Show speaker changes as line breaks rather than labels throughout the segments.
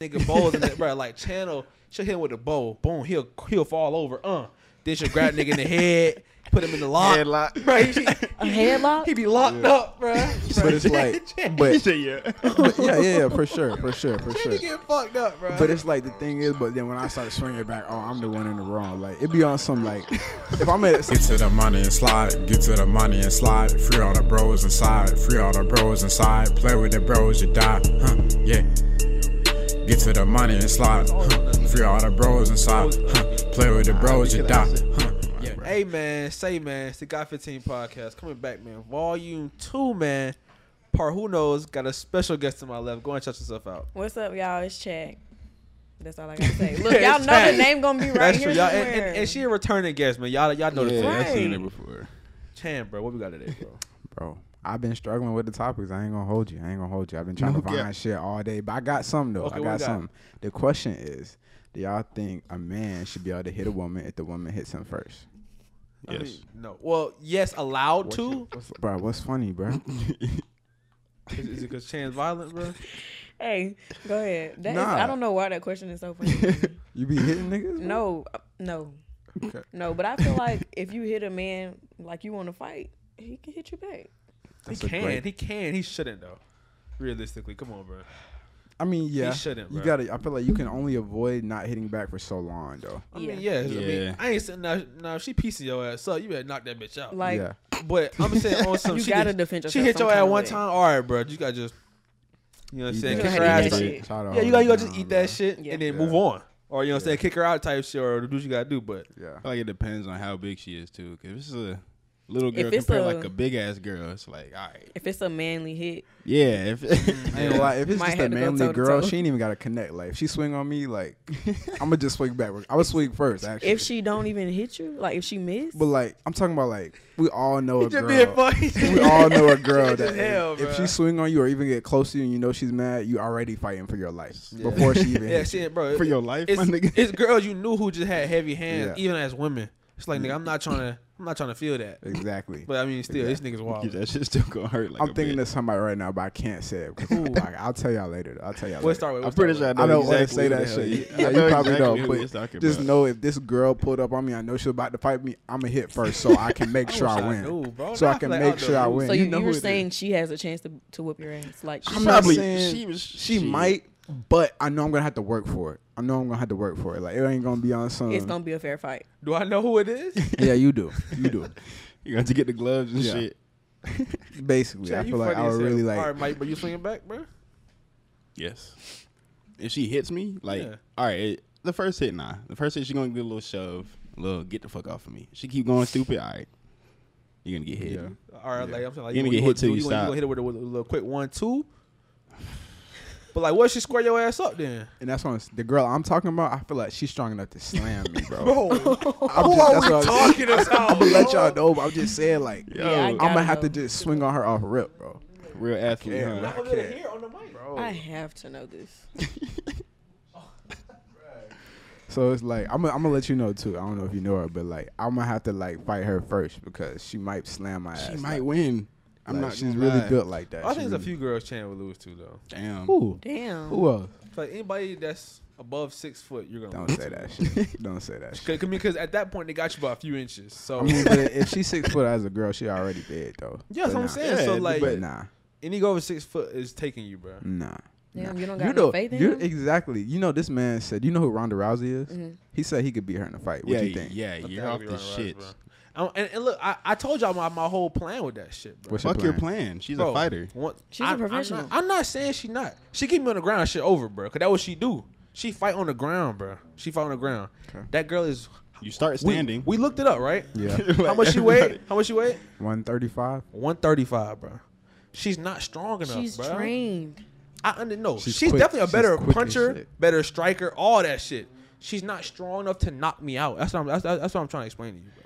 nigga bowls in that, bro. Like channel, she'll hit him with a bowl. Boom, he'll he'll fall over. Uh, then she'll grab nigga in the head, put him in the lock.
Headlock.
Bro, he,
A headlock?
he be locked up, bro.
But it's like, but,
Say yeah.
but yeah, yeah, yeah, for sure, for sure, for
He
sure.
be getting fucked up, bro.
But it's like the thing is, but then when I started swinging back, oh, I'm the one in the wrong. Like it be on some like, if I'm at
Get to the money and slide, get to the money and slide. Free all the bros inside, free all the bros inside. Play with the bros, you die, huh? Yeah. Get to the money and slide, huh? Free all the bros inside, huh? Play with the bros, you die, huh? Yeah.
Hey man, say man, it's the Got 15 podcast coming back, man. Volume two, man. Par who knows got a special guest to my left. Go and check yourself out.
What's up, y'all? It's Chad. That's all I gotta say. Look,
Yeah,
y'all
it's
know
Chad.
the name gonna be right
That's
here
true, y'all. And,
somewhere.
and, and she a returning guest, man. Y'all, y'all know the
Yeah,
yeah.
I've seen
Right.
it before.
Chan, bro. What we got today, bro?
bro. I've been struggling with the topics. I ain't gonna hold you. I ain't gonna hold you. I've been trying to
Okay.
find shit all day, but I got some though.
Okay,
I
what
got
you got?
some. The question is, do y'all think a man should be able to hit a woman if the woman hits him first?
I
Yes.
mean, no. Well, yes, allowed to.
Bro, what's funny, bro?
Is, is it because Chan's violent, bro?
hey, go ahead. That is-
Nah.
I don't know why that question is so funny.
you be hitting niggas? bro?
no, uh, no, no. But I feel like if you hit a man like you want to fight, he can hit you back.
That's
he
a
can.
great-
He can. He shouldn't though. Realistically, come on, bro.
I mean, yeah.
shouldn't,
You
bro.
gotta. I feel like you can only avoid not hitting back for so long, though.
I
Yeah.
mean, yes. I mean,
Yeah.
I ain't saying now. Now if she piecing your ass up. You better knock that bitch out.
Like
yeah.
But I'm saying on some.
You
she
gotta
did-
defend
She
yourself
hit
some
your ass
kinda
one
way.
time. All right, bro. You gotta just. You know what I'm
Eat
saying?
that
Kick
shit.
her ass.
Eat that
like-
shit.
Try to
Yeah, you
hold
gotta, you
it
gotta just
down,
eat
bro.
that shit
Yeah.
and then
Oh, Yeah.
move on. Or you know what I'm saying? Kick her out type shit or do what you gotta do. But
Yeah.
I feel like it depends on how big she is too. Cause if it's a little
If
girl
it's
compared
a-
like a big ass girl, it's like all right.
if it's a manly hit,
Yeah. If,
I ain't gonna lie, if it's
Might
just a
have to go
manly
toe to
girl,
toe.
she ain't even gotta connect. Like, if she swing on me, like, I'm gonna just swing backwards. I would swing first, actually.
if she don't even hit you, like if she miss,
but like, I'm talking about like, we all know a
just
girl.
being funny.
We all know a girl
Just
that
hell,
if, if
bro.
she swing on you or even get close to you and you know she's mad, you already fighting for your life before she even.
Yeah,
hits you.
shit, bro.
for your life,
it's,
my nigga.
it's girls you knew who just had heavy hands,
Yeah.
even as women. It's like, nigga, I'm not trying to, I'm not trying to feel that.
Exactly.
But I mean, still, this nigga's wild.
that shit still gonna hurt. Like
I'm
a
thinking
bit.
of somebody right now, but I can't say it. 'cause, like, I'll tell y'all later. I'll tell y'all.
We'll
later.
start with.
I'm pretty sure I know
I don't
exactly
want to
who the
say that shit.
hell he-
Yeah,
I
you
know
probably
exactly who
don't.
he's talking
But just
about.
know if this girl pulled up on me, I know she's about to fight me. I'm gonna hit first, so I can make sure I,
wish I
win.
knew, bro.
So
Now
I
I
can
feel like I
make sure I
know.
win.
so you, you
know
were
who it is.
saying she has a chance to to whip your ass. Like she
I'm
Probably-
probably.
not saying
she was-
She
she-
might, but I know I'm gonna have to work for it. I know I'm gonna have to work for it. Like it ain't gonna be on some.
It's gonna be a fair fight.
Do I know who it is?
yeah, you do. You do.
You got to get the gloves and
Yeah.
shit.
Basically,
Yeah,
I
you
feel like I
funny as
would
hell.
really
All
like.
right, Mike, but you swinging back, bro?
Yes. If she hits me, like,
Yeah.
all right, it, the first hit, nah. The first hit, she gonna get a little shove, a little get the fuck off of me. She keep going stupid, all right. You're gonna get hit.
Yeah.
All right, like I'm saying, like
You
you, you,
gonna get
you,
hit till
you,
you
you, gonna- you
stop.
gonna hit it with a, with a little quick one, two. But like, what if she square your ass up then?
And that's when the girl I'm talking about, I feel like she's strong enough to slam me, bro.
Bro,
I'm just, that's what Oh, I'm saying.
about?
I'm gonna let y'all know. But I'm just saying, like,
Yo,
Yeah, I
I'm
gotta
gonna have to
know.
just swing on her off rip, bro.
real athlete,
can't.
huh?
Not
I'm gonna hear on the mic, bro.
I have to know this.
So it's like I'm gonna I'm gonna let you know too. I don't know if you know her, but like I'm gonna have to like fight her first because she might slam my ass.
She
Like,
might win. I'm
like,
not.
She's
gonna
really
lie.
built like that.
I think
She
there's a
really-
few girls Chan would lose to though.
Damn.
Who?
Damn.
Who else?
It's like anybody that's above six foot, you're gonna
Don't
lose
say
to.
that shit. Don't say that shit.
Cause, 'cause- because at that point they got you by a few inches. So
I mean, but if she's six foot as a girl, she already dead though.
yeah, that's
But
what I'm
nah.
saying. so
Yeah,
like
But nah,
any go over six foot is taking you, bro.
nah.
Damn, you don't got
You
no
know,
faith in
you
him? Mm-hmm.
exactly. You know, this man said. You know who Ronda Rousey is? He said he could beat her in a fight. What
yeah,
you think?
yeah,
I think
you're
I'll
off
be
the
running around,
shit.
bro. I- And, and look, I, I told y'all my, my whole plan with that shit, bro.
What's
Fuck your plan. She's
Bro,
a fighter.
one-
She's a
I'm- I'm not-
professional.
I'm not, saying she not. She keep me on the ground, shit over, bro. Cause that what she do. She fight on the ground, bro. She fight on the ground. That girl is
You start
we-
standing.
We, looked it up, right?
Yeah,
How much she weigh? How much she weigh?
one thirty-five.
One thirty five, bro. She's not strong enough,
She's
bro.
trained.
I under no.
She's
She's,
quick.
definitely a
She's
better
quick as
puncher,
shit.
better striker, all that shit. She's not strong enough to knock me out. That's what I'm. That's, that's what I'm trying to explain to you. Bro.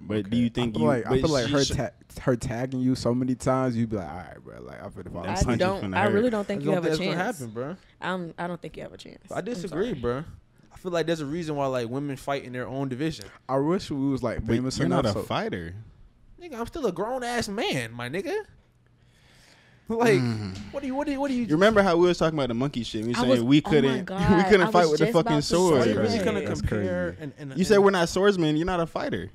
But do you think
I feel
you?
like I
but
feel like
she
her
sh-
ta- her tagging you so many times, you'd be like, all right, bro. Like I'm finna fall.
Them
I
asleep."
punches
don't.
finna
I
hurt.
really don't
I
think
just
you
don't
have a
that's
chance.
gonna happen, bro.
I'm. I don't think you have a chance.
I
I'm
disagree,
sorry.
bro. I feel like there's a reason why like women fight in their own division.
I wish we was like
but
famous
you're
enough.
not a
so-
fighter.
Nigga, I'm still a grown ass man, my nigga. Like,
Mm-hmm.
what do you, what do you, what do you?
You remember how we was talking about the monkey shit? We
I
saying
was-
we
oh my
couldn't, we
God, I
couldn't
was
fight with the
just about
fucking
to say
sword.
are you really
Right.
gonna
That's
compare? And, and,
You said we're not swordsmen. You're not a fighter.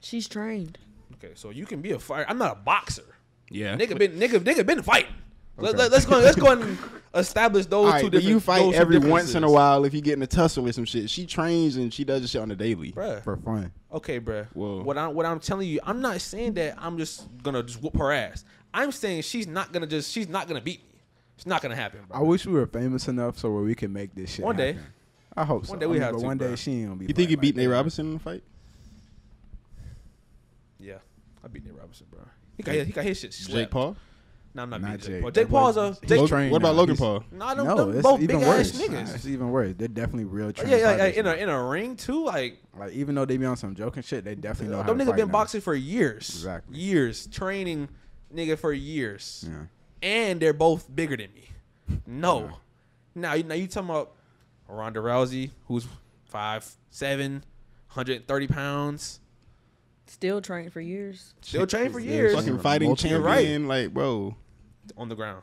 She's trained.
Okay, so you can be a fighter. I'm not a boxer.
Yeah,
Nigga been nigga nigga been fighting. Let, let, us go. Let's go and establish those
All
two
right, but
different.
you
those
fight
two
every once in a
differences.
while if you get in a tussle with some shit. She trains and she does this shit on the daily.
Bruh.
for fun.
Okay, bruh.
Whoa.
What I'm what I'm telling you, I'm not saying that I'm just gonna just whoop her ass. I'm saying she's not gonna just she's not gonna beat me. It's not gonna happen, bro.
I wish we were famous enough so where we can make this shit.
One day.
happen. I hope so.
One day we
I mean,
have
but
to,
one
bro.
day she ain't gonna be.
You think you
playing
beat
like
Nate
that.
Robinson in a fight?
yeah, I beat Nate Robinson, bro. He got his- he got his shit. Slapped.
Jake Paul.
No, I'm not,
Not
beating Jake,
Jake.
Paul. Jake
That
Paul's a
wasn't-
Jake.
He's
Logan-
trained
what about
now.
Logan
He's-
Paul?
Nah, them,
No,
them
it's
both
even
big
worse.
ass niggas.
It's even worse. They're definitely real.
Oh,
trained
yeah, yeah, like
fighters
in a
now.
in a ring too. Like
Like even though they be on some joking shit, they definitely know
them
how to
niggas
fight
been
now.
boxing for years,
Exactly.
years training, nigga for years,
Yeah.
and they're both bigger than me. No, now you now you talking about Ronda Rousey, who's five seven, 130 pounds,
Still trained for years.
still trained for
is
years
Fucking
Yeah,
fighting
multiple-
You're right.
champion. Like, bro,
on the ground.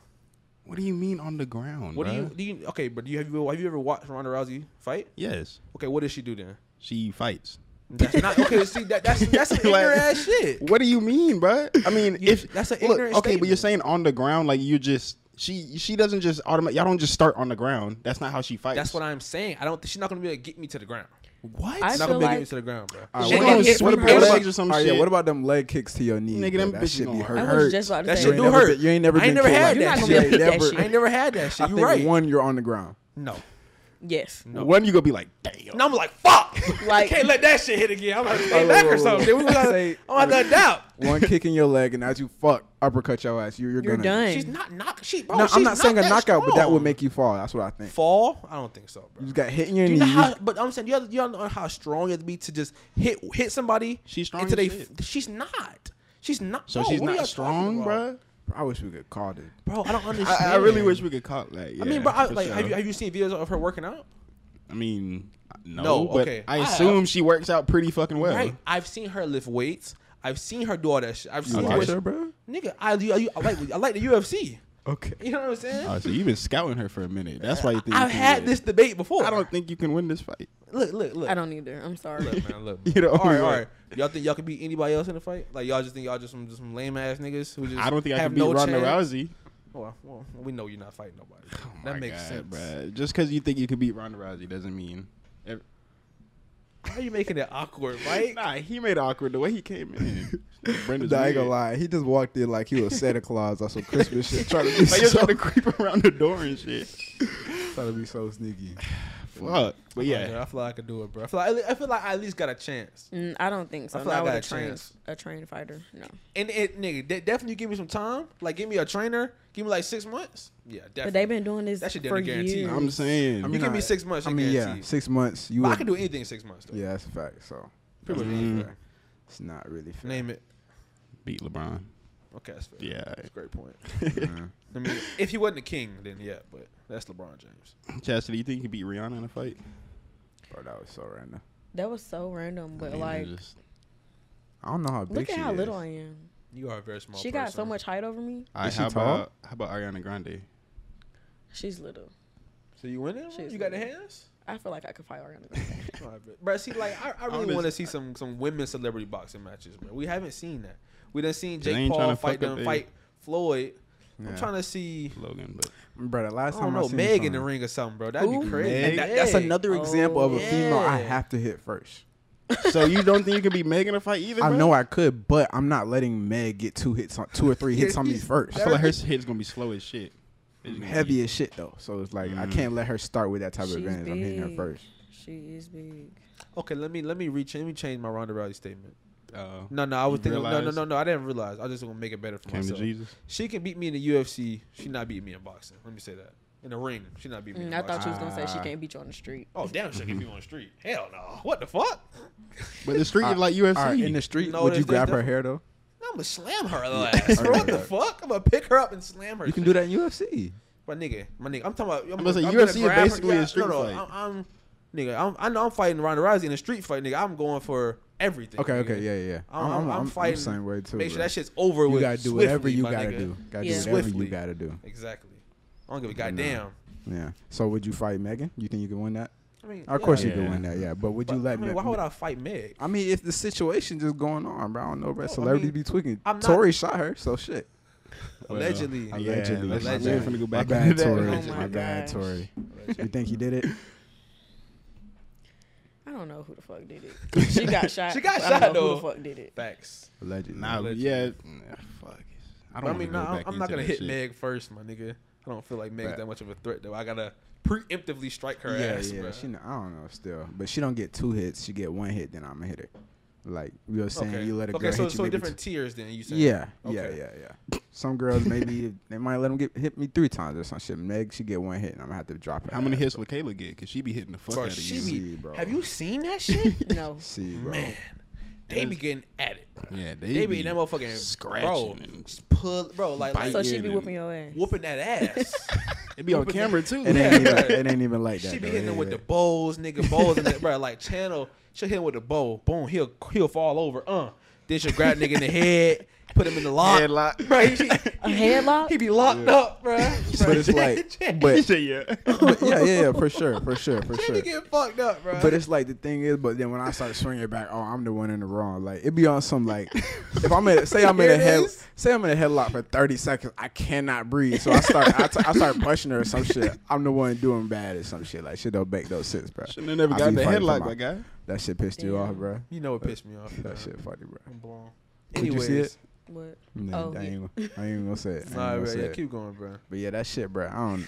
what do you mean on the ground?
What do you
bruh?
do? You okay? But do you have you have you ever watched Ronda Rousey fight?
Yes,
Okay, what does she do then?
she fights.
That's not okay. See that that's that's some
Like-
ignorant ass shit.
What do you mean, bro? I mean,
You-
if
that's an
look,
ignorant
okay, but you're
statement.
saying on the ground, like you just she she doesn't just automatic. Y'all don't just start on the ground. That's not how she fights.
That's what I'm saying. I don't. She's not gonna be able to get me to the ground.
what?
I
She's not gonna
feel
be able to get me
like
to the ground, bro.
All right,
Shit
what
gonna
about-
get from
what about-
her
what
legs
about-
or some
all right, yeah,
shit.
What about them leg kicks to your knees?
Nigga,
bro?
them
that
bitches
shit be
gonna
hurt.
hurt.
I was just about to
That
say.
shit
You
do
ain't never
hurt.
been- You ain't never.
I ain't
been
never
killed
had
like
You're
that shit.
not gonna be able to hit
that.
that
Never-
I ain't
shit.
never had that shit.
I
You
think
right?
One, you're on the ground.
no.
Yes.
One, you gonna be like, damn.
And I'm like, fuck.
Like-
can't let that shit hit again. I'm like, stay
Oh,
back
wait,
or
wait,
something.
wait.
We gotta,
Say-
I'm like, doubt.
One kick in your leg, and as you fuck, uppercut your ass. You, you're,
You're
gonna.
done.
She's not knock. She, bro,
No,
she's
I'm not saying a
that
knockout, but that would
strong.
make you fall. That's what I think.
fall. I don't think so, bro.
You just got hit in your
You
knee.
know
you-
how, but I'm saying you all you all know how strong it'd be to just hit hit somebody.
She's strong
into
as
they-
shit.
She's not. She's not.
So
bro,
she's
what are y'all
not
talking
strong,
about?
bro.
I wish we could call it.
Bro, I don't understand.
I, I really wish we could call it. Like,
I mean,
yeah,
bro, I,
for
like,
sure.
have you have you seen videos of her working out?
I mean, no,
No,
but
okay.
I
I-
assume she works out pretty fucking well.
Right. I've seen her lift weights. I've seen her do all that shit. I've seen
watch
what
her,
bro?
Nigga, I, I, I like I like the UFC.
Okay.
You know what I'm saying?
Oh, so you've been scouting her for a minute. That's why you think you
I've
can
had
win.
this debate before.
I don't think you can win this fight.
look, look, look.
I don't either. I'm sorry.
Look, man, look.
You know,
all right,
like-
all right. Y'all think y'all could beat anybody else in the fight? Like y'all just think y'all just some just some lame ass niggas who just
I don't think I
have
can beat
no
Ronda
chance?
Rousey.
Well, well, we know you're not fighting nobody.
Oh
that
my
makes
God,
sense.
bruh. Just because you think you can beat Ronda Rousey doesn't mean. ev-
How you making it awkward, right?
Nah, he made it awkward the way he came in. Brenda's
I ain't gonna
weird.
lie. He just walked in like he was Santa Claus or some Christmas shit, trying to be
Like you're
so,
trying to creep around the door and shit.
trying to be so sneaky.
Fuck. But
Bro,
yeah,
I feel like I could do it, bro. I feel like I feel like I at least got a chance.
Mm, I don't think so.
I
I
feel like I
Not with
got
a
a
trained
chance.
a trained fighter. No.
And it, nigga, de- definitely give me some time. Like, give me a trainer. Give me like six months. Yeah, definitely.
But they've been doing this
That shit
for
definitely guaranteed.
years.
I'm saying.
You give me
I-
six months,
I
you're
mean, yeah,
guaranteed.
six months. You
But I
would-
can do anything in six months. Though.
Yeah, that's a fact. So
Pretty much
that's
anything.
not fair. It's not really fair.
Name it.
beat LeBron.
Okay, that's fair.
Yeah.
that's a great point. I mean, if he wasn't a king, then yeah, but that's LeBron James.
Chastity, you think you can beat Rihanna in a fight?
Bro, that was so random.
That was so random,
I
but
mean,
like,
it's just-
I don't know how big
look at
she
how
is.
little I am.
You are a very small.
She
person.
got so much height over me.
Alright,
she
how
tall?
about how about Ariana Grande?
She's little.
So you win it.
She's
you got the
little.
hands.
I feel like I could fight Ariana Grande.
But see, like I, I really
Honest-
want to see some some women celebrity boxing matches, bro. We haven't seen that. We done seen
They
Jake
ain't
Paul
tryna
fight
fuck up
them,
they-
fight Floyd. I'm
Yeah.
trying to see.
Logan, but
Bro, the last
I
time
don't know
I seen
Meg in the
something-
ring or something, bro. That'd be
Ooh, Oh,
crazy.
Meg.
And that-
That's
Meg.
another example of a
yeah.
female I have to hit first.
so you don't think you can beat Megan in a fight either?
I
bro?
know I could, but I'm not letting Meg get two hits on two or three hits on me
he's-
first.
I feel like her hit's gonna be slow as shit. It's gonna be-
heavy as shit though. So it's like I can't
Mm.
let her start with that type
She's
of advantage. I'm hitting her
big.
first.
She is big.
Okay, let me let me reach. Let me change my Ronda Rousey statement.
Uh,
No, no, I was
You
thinking. No, no,
realize-
no, no. I didn't realize. I just want to make it better for
came to
myself.
Jesus.
She can beat me in the UFC. She not beating me in boxing. Let me say that. In the ring, she not beating me.
Mm,
in
I
boxing.
thought she was gonna say
Ah.
she can't beat you on the street.
Oh damn, she can be on the street. Hell no. What the fuck?
But the street
All
is like
All right,
UFC.
in the street,
No,
would you
there's- there's
grab her hair though?
I'm gonna slam her little ass. Bro, what the fuck? I'm gonna pick her up and slam her.
You can do that in UFC.
my nigga. My nigga. I'm talking about. I'm,
gonna say,
gonna
UFC is
grab her-
basically a street
no, no,
fight.
I'm, I'm nigga. I'm, I know I'm fighting Ronda Rousey in a street fight, nigga. I'm going for everything.
Okay,
nigga.
okay, yeah, yeah, yeah.
I'm,
I'm-
I'm,
I'm-
I'm
I'm
fighting.
same way, too,
Make sure
bro.
that shit's over with.
You gotta do whatever
swiftly,
you
my
gotta
nigga.
do. Gotta
Yeah.
do whatever
Swiftly.
you gotta do.
Exactly. I don't give a goddamn.
Yeah. So would you fight Megan? You think you can win that?
I mean,
Of course
yeah.
you could
Yeah.
win that. Yeah. But would you
But,
let
I mean,
Meg-
why would I fight Meg?
I mean, if the situation just going on, bro, I don't know, bro. Celebrities
mean,
be tweaking.
I'm not-
Tori shot her, so shit.
Allegedly.
Yeah,
Allegedly.
let's not-
Allegedly.
we're finna go
My
back into
bad,
that.
Tori.
Oh
my
my
bad,
gosh.
Tori. You think he did it?
I don't know who the fuck did it. She got shot.
She got
but I
shot,
don't know Who
though.
the fuck did it?
Facts.
Allegedly.
Nah,
Allegedly.
yeah, nah, fuck. I
But
don't.
I mean,
wanna go
nah, I'm-
back
I'm not
into
gonna
that
hit
shit.
Meg first, my nigga. I don't feel like Meg's
Right.
that much of a threat though. I gotta preemptively strike her
yeah,
ass.
yeah.
bruh.
She, kn- I don't know still, but she don't get two hits. She get one hit, then I'm gonna hit her. Like you were saying,
okay.
you let a girl
okay, so
hit you.
so
maybe
different tiers then you
two-
said.
yeah,
Okay.
yeah, yeah, yeah. Some girls maybe they might let them get hit me three times or some shit. Meg, she get one hit, and I'm gonna have to drop her.
How many
ass.
hits would Kayla get? Cause she be hitting the fuck
Bro,
out of
she
you.
be-
See, bro.
Have you seen that shit?
No.
See, bro.
Man, they be getting at it.
yeah, they,
They be in that motherfucking
scratching
bro,
and-
just pull, bro, like, like
So she
Yeah,
be
dude.
whooping your ass.
whooping that ass.
It be on camera too.
It ain't even. It ain't even like that.
she be
though.
hitting
It
him with the
ain't-
bowls, nigga, bowls, and that, bro, like channel. She'll hit him with the bowl, boom, he'll he'll fall over, uh. Then she'll grab nigga in the head, put him in the lock,
Headlock.
bro. He,
A headlock?
he be locked up, bro.
But it's like, but
yeah.
but yeah, yeah, yeah, for sure, for sure, for
She
sure.
be getting fucked up, bro.
But it's like the thing is, but then when I start swinging back, oh, I'm the one in the wrong. Like it be on some like, if I'm in, say I'm in a
Here it
head,
is.
say I'm in a headlock for 30 seconds, I cannot breathe, so I start, I, t- I start pushing her or some shit. I'm the one doing bad or some shit. Like shit don't make no sense, bro.
Shouldn't have never
I
got
be
the
fighting for
headlock,
my-
my guy.
That shit pissed you
Damn.
off, bro.
you know what pissed me off. bro.
That shit funny, bro.
I'm blown.
Did you
Anyways,
see it?
What?
Nah,
Oh,
I,
yeah.
ain't, I ain't even gonna say it. I ain't
Nah,
gonna
bro,
say
yeah,
it.
keep going, bro.
But yeah, that shit, bro. I don't.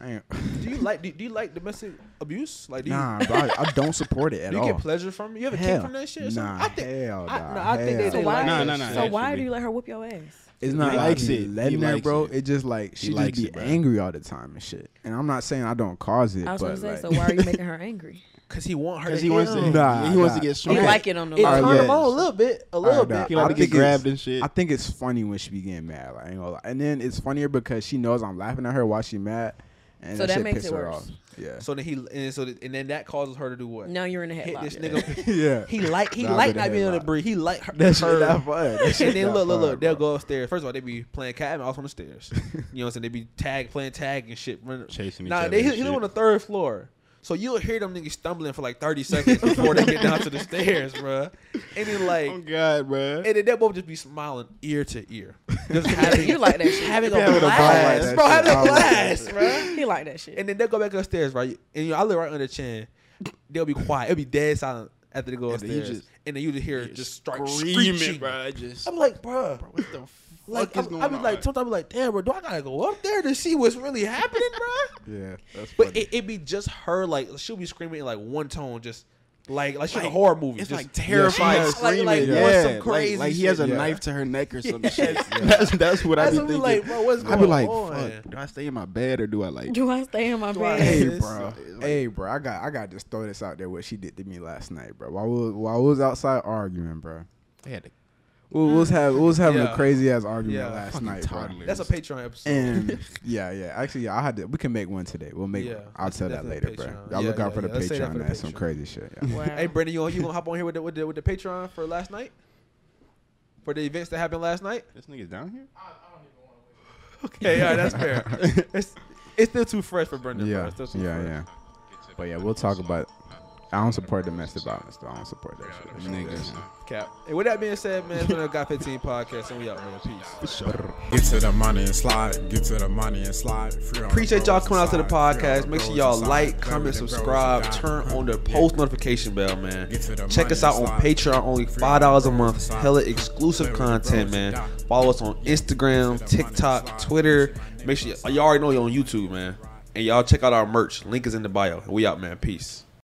I ain't,
Do you like do, do you like domestic abuse? Like, do you,
nah, bro. I, I don't support it at
do you
all.
get pleasure from it? You have a kick
Hell,
from that shit? Or something?
nah,
I think,
hell,
I,
nah,
nah, I think they,
hell.
they
So
like
why?
No,
that
no,
shit.
no.
So
that should
why do
be-
you let her whoop your ass?
It's not
likes
like he
it.
letting
He
her,
likes
bro.
it.
It. just like she just
likes
be
it, bro.
angry all the time and shit. And I'm not saying I don't cause it,
I was gonna
but
say.
like,
So why are you making her angry?
Cause he want her.
Cause
To
he wants to.
him.
Nah,
he wants to
nah.
get
You
Okay.
swung.
like it on the
It
Alright,
turn
yeah.
him on a little bit, a little
Alright, nah.
bit.
He like
I
to get
think it's-
grabbed and shit.
I think it's funny when she be getting mad. Like, I ain't gonna lie. And then it's funnier because she knows I'm laughing at her while she mad, and
So
that,
that
shit
makes
piss
it
her
worse.
off. Yeah,
So then he and so th- and then that causes her to do what?
Now you're in a
Hit this
headlock.
nigga.
yeah.
He like he
Nah,
like
but
not
that
being able
ain't
to
right.
breather. He like her.
That shit
her.
not fun. That shit
and then
not
look, look,
fun,
look. They'll
bro.
go upstairs. First of all, they be playing cat and mouse on the stairs. You know what I'm saying? They be tag playing tag and shit. Running.
Chasing each
Nah,
other
they
and
he live
shit.
on the third floor, so you'll hear them niggas stumbling for like 30 seconds before they get down to the stairs, bruh. And then like.
Oh God, bro.
and then that boy just be smiling ear to ear. Just having,
You like that shit.
Having
Yeah,
a
with a vibe
blast,
like
that
bro.
shit.
Having
I
a
like
blast, bro.
He like that shit.
And then they'll go back upstairs, right? And you know, I live right under the chin. They'll be quiet. It'll be dead silent after they go
And then you
upstairs.
just-
and then you just hear it just start
screaming,
screaming.
bro. Just
I'm like, bruh.
what the fuck
Like,
is
I'm,
going
I be
on?
like, sometimes I be like, damn, bro, do I gotta go up there to see what's really happening, bro?
Yeah, that's
But
funny.
it, it be just her, like, she'll be screaming in like one tone, just like, like she's in a horror movie.
It's
just
like terrified,
yeah,
screaming.
like, like,
yeah.
doing some
Like-
crazy
Like, he has a
shit.
Yeah.
knife to her neck or some shit. That's, that's what I
That's
be
what we
thinking.
like, bro, what's
I be
going
like,
on?
fuck, do I stay in my bed or do I like?
do I stay in my
Do I-
bed?
Hey,
Yes.
bro. hey, bro. I got I got to just throw this out there. What she did to me last night, bro. While we, while we was outside arguing, bro.
I had to
We we was have we was having
Yeah.
a crazy ass argument
Yeah.
last
fucking
night, bro.
toddler.
That's a Patreon episode.
And yeah, yeah. Actually, yeah, I had to. We can make one today. We'll make.
Yeah,
one. I'll
let's
tell that
definitely
later, bro.
Patreon.
Y'all
Yeah,
look out
yeah,
for the
yeah, let's save that
Patreon.
for the
That's some
Patreon.
crazy shit. Yeah.
Wow.
Hey, Brandon, you, you gonna hop on here with the, with the with the Patreon for last night? For the events that happened last night?
This nigga's down here.
Okay, yeah, that's fair. it's it's still too fresh for Brendan. bro.
yeah,
It's still too
yeah,
fresh.
yeah. But yeah, we'll talk about. I don't support domestic violence. Though. I don't support that shit. That shit.
Niggas.
Cap. And with that being said, man, it's been a Got 15 podcast, and we out, man. Peace.
Get to the money and slide. Get to the money and slide. Free on the
Appreciate y'all
bros
coming out to the
and slide. Free on
podcast.
the
Make sure
bros
y'all
and slide.
like,
Play
comment,
with the bros and
subscribe,
die.
turn on the
Yeah.
post notification bell, man.
Get to the
Check
money
us out
and
on
slide.
Patreon, only
Free
$5 a
on the
month.
bros and
Hella
slide.
exclusive
Play with the bros
content, man.
and die.
Follow us on Instagram,
Get to the money and
TikTok,
slide.
Twitter.
Get to the
Make sure
money
y'all already know you're on YouTube, man. And y'all check out our merch. Link is in the bio. We out, man. Peace.